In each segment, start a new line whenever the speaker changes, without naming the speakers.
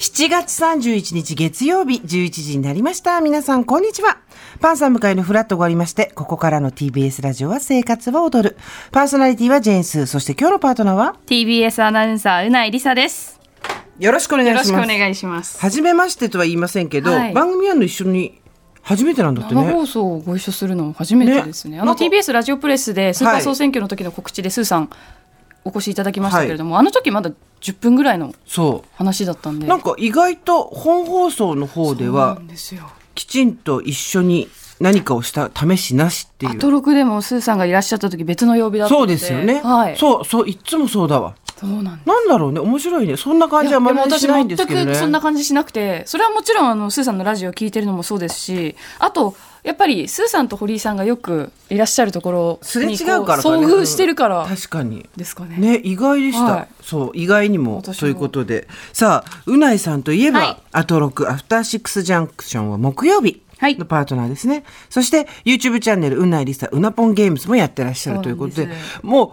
7月31日月曜日11時になりました。皆さん、こんにちは。パンサー向かいのフラットがありまして、ここからの TBS ラジオは生活は踊る。パーソナリティはジェーンスー。そして今日のパートナーは
TBS アナウンサーうないりさです
よろしくお願い
よ
し
ろ
ます。
しくお願いします
初めましてとは言いませんけど、
はい
番組やるの一緒に初めてなんだって
生
ね。
放送をご一緒するのも初めてです
ね
ねあ
なん
の
か
TBS ラジオプレスでスーパー総選挙の時の告知でスーさんお越しいただきましたけれども、あの時まだ10分ぐらいの
そ
話だったん
う。
で
なんか意外と本放送の方で
そうな
は
んですよ
きちんと一緒に何かをした試しなしってい
ア
う。
トロクでもスーさんがいらっしゃった時別の曜日だった
そ
の
う
で
ですよね。
はい、そう
そうそういっつもそうだわ。
なんです
なんだろうね面白いねそんない感
や
じ
で
は
も
まるで
私
しないん
全
ですけどね。
くそんな感じしなくてそれはもちろんあのスーさんのラジオ聞いてるのもそうですしあとやっぱりスーさんと堀井さんがよくいらっしゃるところ
すれ違
に
う
こ
からかね
遭遇してるから
確かに。
ですかね
ね意外でした、
はい
そう意外にも
私も
ということでさあうないさんといえば、
はい
アトロクアフターシックスジャンクションは木曜日
はい
のパートナーですね、そして YouTube チャンネルうないりさうなぽんゲームズもやってらっしゃるということで
そうなんです
もう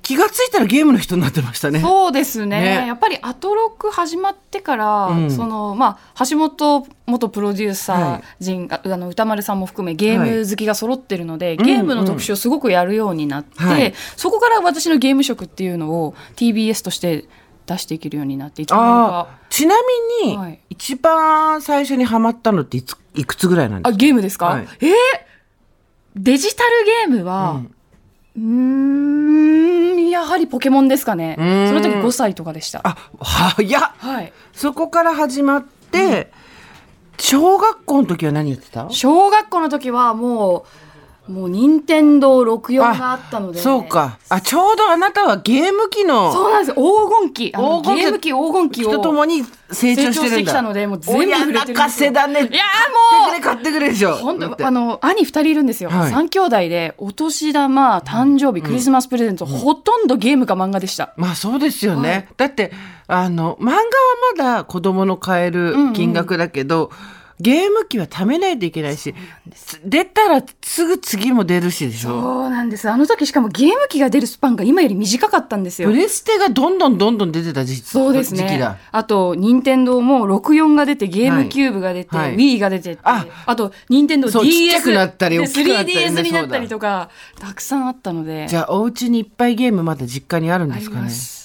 気がついたらゲームの人になってましたね
そうですね
ね
やっぱりアトロック始まってから、
うん
そのまあ、橋本元プロデューサー陣が、あの歌丸さんも含めゲーム好きが揃ってるので、ゲームの特集をすごくやるようになって、
はい
そこから私のゲーム色っていうのを TBS として出していけるようになっていつの間
あ
にか
あちなみに、
はい
一番最初にハマったのっていついくつぐらいなんで
あ
すか
ゲームですか、
はい
えーデジタルゲームは、うーん、やはりポケモンですかね。そ
ーん
の時5歳とかでした。
あ早っ
はい。
そこから始まって、小学校の時は何やってた
小学校の時はもうもう任天堂64があったので
そうかあちょうどあなたはゲーム機の
そうなんです黄金期あの
黄金期
ゲーム機黄金期
人と
を
もに成長して
成長し
る
て
ん
き
だ
たのでもう全部触れてるんですよ
親泣かせだね
いやーも
買っ
う
てくれ買ってくれでしょ
本
だっ
当
て
あの兄2人いるんですよ、
はい
三3兄弟でお年玉誕生日クリスマスプレゼント、ほとんどゲームか漫画でした、
まあそうですよね、
はい
だってあの漫画はまだ子供の買える金額だけど、ゲーム機は貯めないといけないしつ出たらすぐ次も出るしでしょ
そうなんですあの時しかもゲーム機が出るスパンが今より短かったんですよ
プレステがどんどんどんどん出てた時
そうです
時期
ね
だ。
あと、任天堂も64が出て、ゲームキューブが出て、
はいはい
Wii が出てって、
あ
あと、任天堂
そう
DS
ちっちゃくなったり
で
大きくなったりね
3DS になったりとか、たくさんあったので、
じゃあお家にいっぱいゲームまだ実家にあるん
あ
で
り
すか
ま
ね
す。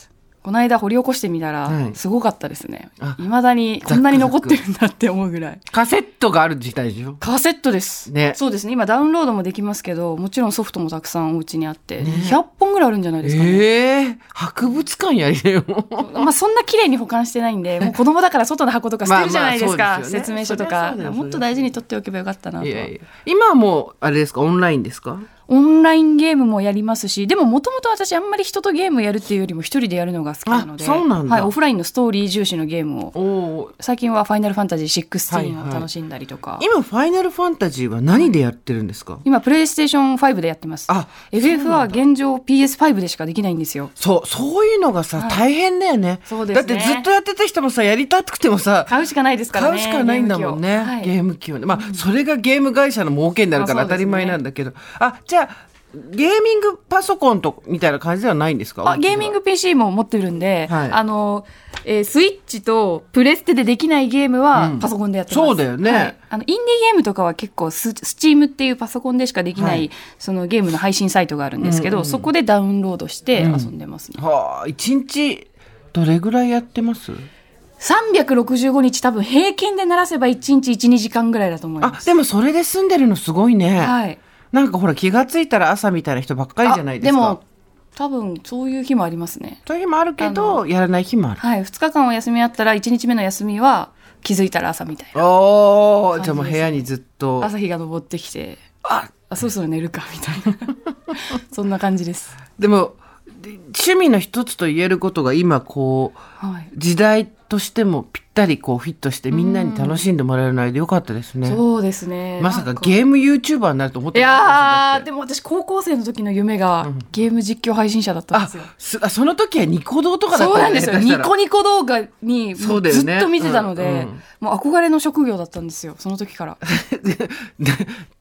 この間掘り起こしてみたら、
はい
すごかったですね
あ。
いまだにこんなに残ってるんだって思うぐらい。
カセットがある時代でしょ
カセットです、
ね
そうですね。今ダウンロードもできますけど、もちろんソフトもたくさんお家にあって、100本ぐらいあるんじゃないですかね。
ええ博物館やりな よ。
まあそんな綺麗に保管してない んで、もう子供だから外の箱とか捨てるじゃないです
まあまあ
か。
そうですよね
説明書と
そりゃ
か
そうだよ。
もっと大事に取っておけばよかったなと
い
は。
やいや。今はもう、あれですか、オンラインですか
オンラインゲームもやりますし、でももともと私あんまり人とゲームやるっていうよりも一人でやるのが好きなので。
あそうなんだ
はい、オフラインのストーリー重視のゲームを。
おお。
最近はファイナルファンタジー
はいはい
16を楽しんだりとか。
今、ファイナルファンタジーは何でやってるんですか
今プレイステーション5でやってます。
あ
FF は現状 PS5 でしかできないんですよ。
そう、そういうのがさ、大変だよね。
そうですね
だってずっとやってた人もさ、やりたくてもさ、
買うしかないですから
買
ね。
うしかないんだもん
ゲ
ね
ーム機をはい
ゲーム機をねまあ、それがゲーム会社の儲けになるから
まあ
当
そ
た
う
り
ですね
前なんだけどあ,、じゃあゲーミングパソコンとみたいな感じではないんですか
あゲーミング PC も持ってるんで、
はい
あの、えースイッチとプレステでできないゲーム
う
は
ん
パソコンでやってます。
そうだよね
はいあのインディーゲームとかは結構ススチームっていうパソコンでしかできない、
はい
そのゲームの配信サイトがあるんですけど、そこでダウンロードして遊んでますね。
はあ一日どれぐらいやってます
365日多分平均で鳴らせば1日1、2時間ぐらいだと思いま
あ
す。
でもそれで住んでるのすごいね、
はい。
なんかほら気がついたら朝みたいな人ばっかりじゃないですか
あも、多分そういう日もありますね。
そういう日もあるけどやらない日もある
はい。2日間お休みあったら1日目の休みは気づいたら朝みたいな。
おお
感じです
じゃあもう部屋にずっと
朝日が昇ってきて。
あ
あそろそろ寝るかみたい なそんな感じです、
でもで趣味の一つと言えることが今こう
はい、
時代としてもぴったりこうフィットしてみんなに楽しんでもらえるのでよかったですね。
そうですね
まさか
なん
ゲーム YouTuber になると思っ
い
てなか
や
ったで
ー
すよ
でも私高校生の時の夢がゲーム実況配信者だったん
だ
で
っ
す
て
よ、
あすあその時はニコ動とかだった
そうなんですよ
下手した
ニ
ら
コニコ動画にも
そう
う
だよね
ずっと見てたので、
うんうん
もう憧れの職業だったんですよその時から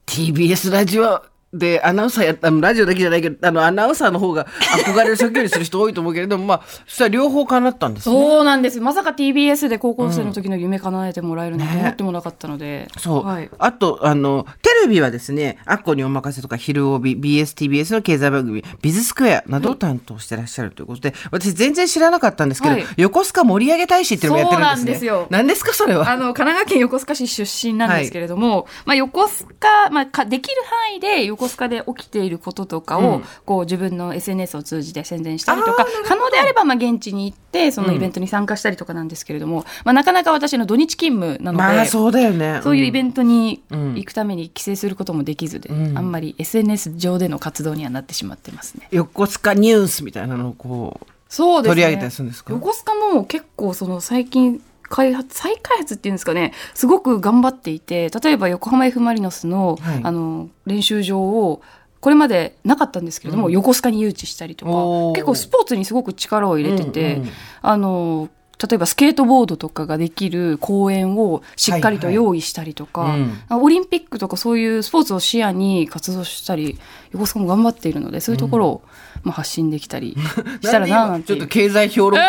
TBS ラジオ
でアナウンサーやあのラジオだけじゃないけどあのアナウンサーの方が憧れを職業にする人多いと思うけれどもまあそしたら両方叶ったんですね
そうなんです。まさか TBS で高校生の時の夢叶えてもらえるなんて思ってもなかったので。
そう、
はい。
あとあのテレビはですね「アッコにお任せ」とか「昼帯」BSTBS の経済番組「ビズスクエア」などを担当してらっしゃるということで、私全然知らなかったんですけど、
はい
横須賀盛り上げ大使っていうのもやってるんですね
そうなんですよ
何ですかそれ は
あの、神奈川県横須賀市出身なんですけれども、まあ、横須賀、まあか、できる範囲で横須賀で起きていることとかを、こう、自分の SNS を通じて宣伝したりとか、可能であれば、まあ、現地に行って、そのイベントに参加したりとかなんですけれども、まあ、なかなか私の土日勤務なので、
まあそうだよね
そういうイベ
ン
ントに行くために帰省することもできずで、あんまり SNS 上での活動にはなってしまってますね。
ト横須賀ニュースみたいなのをこう
そうです
取
ね。
り上げたりするんですか
横須賀も結構その最近開発再開発っていうんですかねすごく頑張っていて例えば横浜 F ・マリノスの,、
はい
あの練習場をこれまでなかったんですけれども、横須賀に誘致したりとか
おー
結構スポーツにすごく力を入れてて、
うんうん
あの例えばスケートボードとかができる公園をしっかりと用意したりとか、
はいはいうん
オリンピックとかそういうスポーツを視野に活動したり横須賀も頑張っているのでそういうところを、まあ、発信でき たりしたらななん
ち
てい
ょっ
う
と経済評論 家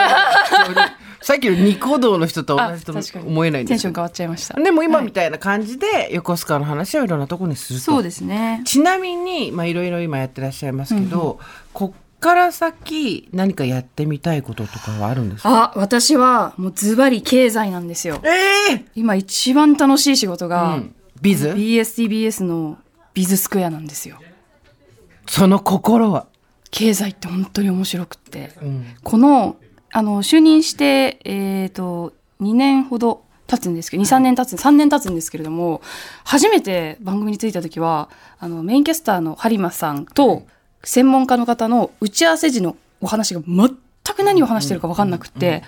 さっきのニコ動の人と
あ
同じと
確かに
思えないん
テ
で
ン
す
ショ
よ
ン変わっちゃいました。
でも今みたいな感じで横須賀の話をいろんなところにすると
そうですね。
ちなみにまあいろいろ今やってらっしゃいますけど、こっから先何かやってみたいこととかはあるんですか
あ、私はもうズバリ経済なんですよ。
ええ
今一番楽しい仕事
ー
が、
うん、ビズ
BSTBS のビズスクエアなんですよ。
その心は、
経済って本当に面白くって。
うん
この、あの、就任して、えっ、と、2年ほど経つんですけど、2、3年経つ、3年経つんですけれども、初めて番組に着いた時は、あの、メインキャスターの播磨さんと、専門家の方の打ち合わせ時のお話が全く何を話してるか分かんなくって、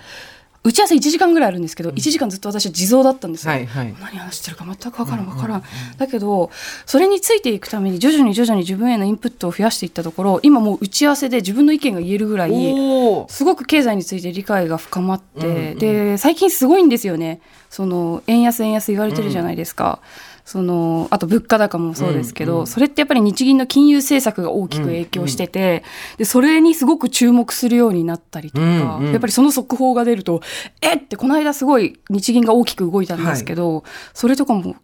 打ち合わせ1時間ぐらいあるんですけど、1時間ずっと私は地蔵だったんですよ。
はいはい
何話してるか全く分からん分からん。だけど、それについていくために徐々に徐々に自分へのインプットを増やしていったところ、今もう打ち合わせで自分の意見が言えるぐらい、
おお
すごく経済について理解が深まって、で最近すごいんですよねその円安円安言われてるじゃないですか、そのあと物価高もそうですけど、それってやっぱり日銀の金融政策が大きく影響してて、でそれにすごく注目するようになったりとか、
うんうん
やっぱりその速報が出るとえってこの間すごい日銀が大きく動いたんですけど、それとかも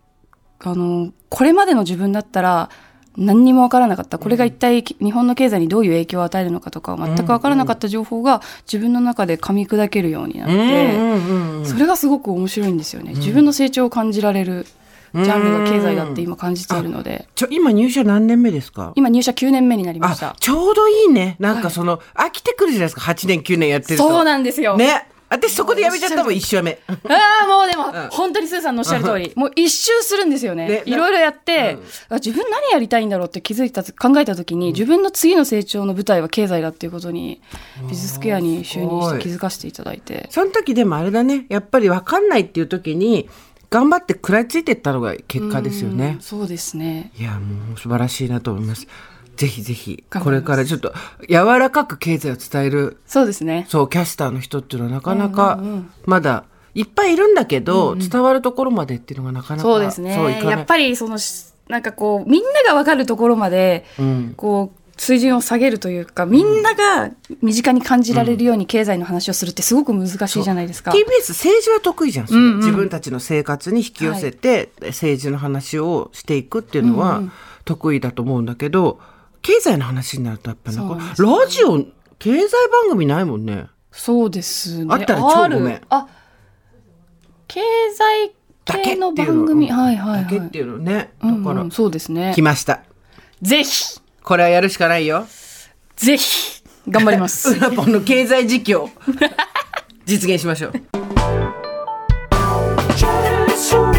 あの、これまでの自分だったら、何にもわからなかった。これが一体き日本の経済にどういう影響を与えるのかとか、全くわからなかった情報が自分の中で噛み砕けるようになっ
うん
て、
うんうんうん
それがすごく面白いんですよね。自分の成長を感じられるジャンルが経済だって今感じているので、
ちょ今入社何年目ですか
今入社9年目になりまし
あ
た。
ちょうどいいねなんかその、飽きてくるじゃないですか8年9年やってると
そうなんですよ。
ね私そこでやめちゃったもん一生目
ああ、もうでも、
うん
本当にスーさんのおっしゃる通り、もう一周するんですよね。
ね
いろいろやって、あ自分何やりたいんだろうって気づいた、考えた時に、自分の次の成長の舞台は経済だっていうことに、ビズスクエアに就任して気づかせていただいて。
その時でもあれだねやっぱり分かんないっていう時に頑張って食らいついてったのが結果ですよね
うんそうですね。
いやもう素晴らしいなと思いますぜひぜひ
頑
こ
張
れ
ります
からちょっと柔らかく経済を伝える
そうですね。
そうキャスターの人っていうのはなかなかまだいっぱいいるんだけど、伝わるところまでっていうのがなかなか
そうですね。
そういかない
やっぱり、その、しなんかこう、みんながわかるところまで、
うん
こう、水準を下げるというか、みんなが身近に感じられるように経済の話をするってすごく難しいじゃないですか。
TBS 政治は得意じゃん、それ
うんうん
自分たちの生活に引き寄せて、政治の話をしていくっていうのは得意だと思うんだけど、経済の話になるとやっぱなん
そうなん
か
ですよ
ラジオ経済番組ないもんね
そうですね。
あったら超ごめん
あるあ、経済
だけってい
系
う
の番組、
うん
はい
だ
はいはい。
けっていうのねだ
うん
から、
うんそうですね
来。ました
ぜひ、
これはやるしかないよ
ぜひ、頑張ります
ウ。ラポンの経済実況実現しましょう
generation